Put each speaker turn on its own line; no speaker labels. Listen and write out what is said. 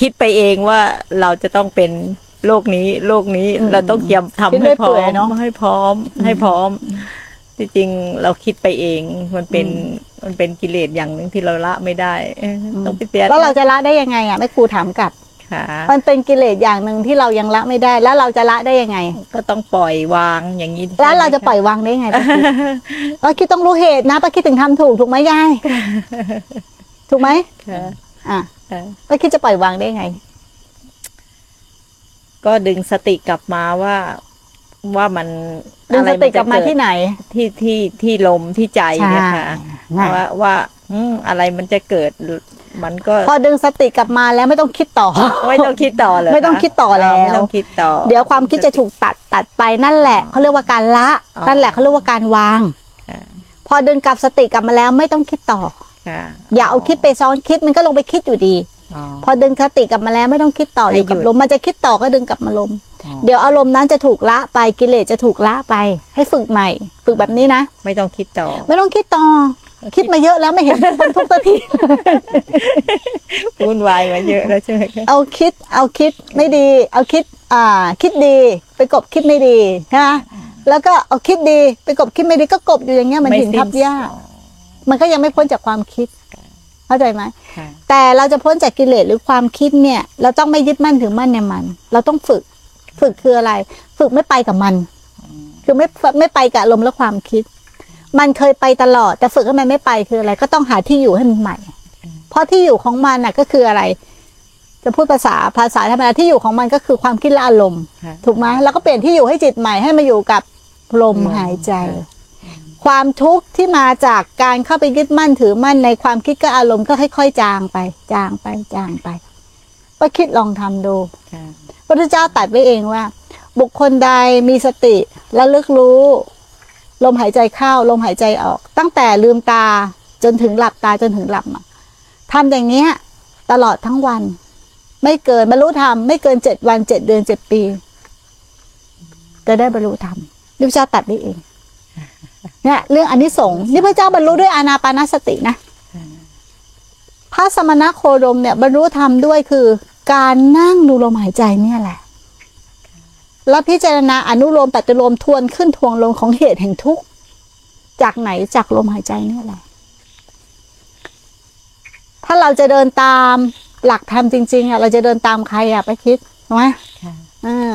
คิดไปเองว่าเราจะต้องเป็นโรคนี้โรคนี้
อืม
เราต้องเตรียมทำ
คิด
ให้
ด้วย
พร้อ
เปื่
ม
อยเนอะ
ให้พร้อมให้พร้อมจริงๆเราคิดไปเอง มันเป็น
อื
มันเป็นกิเลสอย่างหนึ่งที่เราละไม่ได้เอ้ย
อืม
ต้องไปเสีย
แล้วเราจะละได้ยังไงอ่ะแม่ครูถามกลับ
ค่ะ
มันเป็นกิเลสอย่างหนึ่งที่เรายังละไม่ได้ แล้วเราจะละได้ยังไง
ก็ต้องปล่อยวางอย่างนี้
แล้วเราจะปล่อยวางได้ยังไงป้าคิดป้าคิดต้องรู้เหตุนะป้าคิดถึงทำถูกถูกไหมยายถูกไหม
ค่ะ
อ่ะ
ค่ะ
ป้าคิดจะปล่อยวางได้ยังไง
ก็ดึงสติกลับมาว่าว่ามัน
ดึงสติกลับมา
อะไรนจะเด
ที่ไหน
ที่ที่ที่ลมที่ใจเนี่ยค่ะ
น่ะ
ว่าว่าอืมอะไรมันจะเกิดมันก็
พอดึงสติกลับมาแล้วไม่ต้องคิดต่อ
ไม่ต้องคิดต่อเลย
ไม่ต้องคิดต่อแล้ว
ไม่ต้องคิดต่อ
เดี๋ยวความคิดจะถูกตัดตัดไปนั่นแหละเขาเรียกว่าการละ
อ๋อ
นั่นแหละเขาเรียกว่าการวาง
ค่ะ
พอดึงกลับสติกลับมาแล้วไม่ต้องคิดต่อ
ค่ะ
อย่าเอาคิดไปซ้อนคิดมันก็ลงไปคิดอยู่ดี
อ๋อ
พอดึงสติกลับมาแล้วไม่ต้องคิดต่อ
ให้
อยู่กับ
หยุด
ลมมันจะคิดต่อก็ดึงกลับมาลม
อ๋อ
เดี๋ยวอารมณ์นั้นจะถูกละไปกิเลสจะถูกละไป ให้ฝึกใหม่ ฝึกแบบนี้นะ
ไม่ต้องคิดต่อ
ไม่ต้องคิดต่อ คิดมาเยอะแล้วไม่เห็นคนทุกสัก ที
วุ่นวายมาเยอะแล้วใช่ไหมคะ
เอาคิดเอาคิดไม่ดี เอาคิดอ่าคิดดีไปกบคิดไม่ดีนะแล้วก็เอาคิดดีไปกบคิดไม่ดีก็กบอยู่อย่างเงี้ยมัน
ไม่
หินทับหญ้า
สิ้นสุด
มันก็ยังไม่พ้นจากความคิด เข้าใจไหม
ค่ะ
แต่เราจะพ้นจากกิเลสหรือความคิดเนี่ย เราต้องไม่ยึดมั่นถือมั่นในมัน เราต้องฝึก ฝึกคืออะไร ฝึกไม่ไปกับมัน คือไม่ไม่ไปกับอารมณ์และความคิด มันเคยไปตลอด แต่ฝึกให้มันไม่ไปคืออะไร ก็ต้องหาที่อยู่ให้มันใหม่ เพราะที่อยู่ของมันน่ะก็คืออะไร จะพูดภาษาภาษาธรรมดาที่อยู่ของมันก็คือความคิดและอารมณ์
ค่ะ
ถูกไหมแล้วก็เปลี่ยนที่อยู่ให้จิตใหม่ให้มาอยู่กับล
ลม
มหายใจ
ค่ะ
ความทุกข์ที่มาจากการเข้าไปยึดมั่นถือมั่นในความคิดก็อารมณ์ก็ค่อยๆจางไป จางไปจางไปก็คิดลองทำดู
ค่ะ
พระพุทธเจ้าตรัดไว้เองว่า บุคคลใดมีสติและลึกรู้ ลมหายใจเข้าลมหายใจออก ตั้งแต่ลืมตาจนถึงหลับตาจนถึงหลับอะทำอย่างเนี้ย ตลอดทั้งวัน ไม่เกินบรรลุธรรมไม่เกินเจ็ดวันเจ็ดเดือนเจ็ดปี จะได้บรรลุธรรมนี่พระเจ้าตัดได้เองเนี่ยเรื่องอนนิสงส์นี่พระเจ้าบรรลุด้วยอานาปานสตินะพระสมณโคดมเนี่ยบรรลุธรรมด้วยคือ การนั่งดูลมหายใจเนี่ยแหละ แล้วพิจารณาอนุโลมปฏิโลมทวนขึ้นทวงลงของเหตุแห่งทุกข์จากไหนจากลมหายใจเนี่ยแหละ ถ้าเราจะเดินตามหลักธรรมจริง ๆอ่ะเราจะเดินตามใครอ่ะไปคิดถูกไหม
ค่ะ
อ่า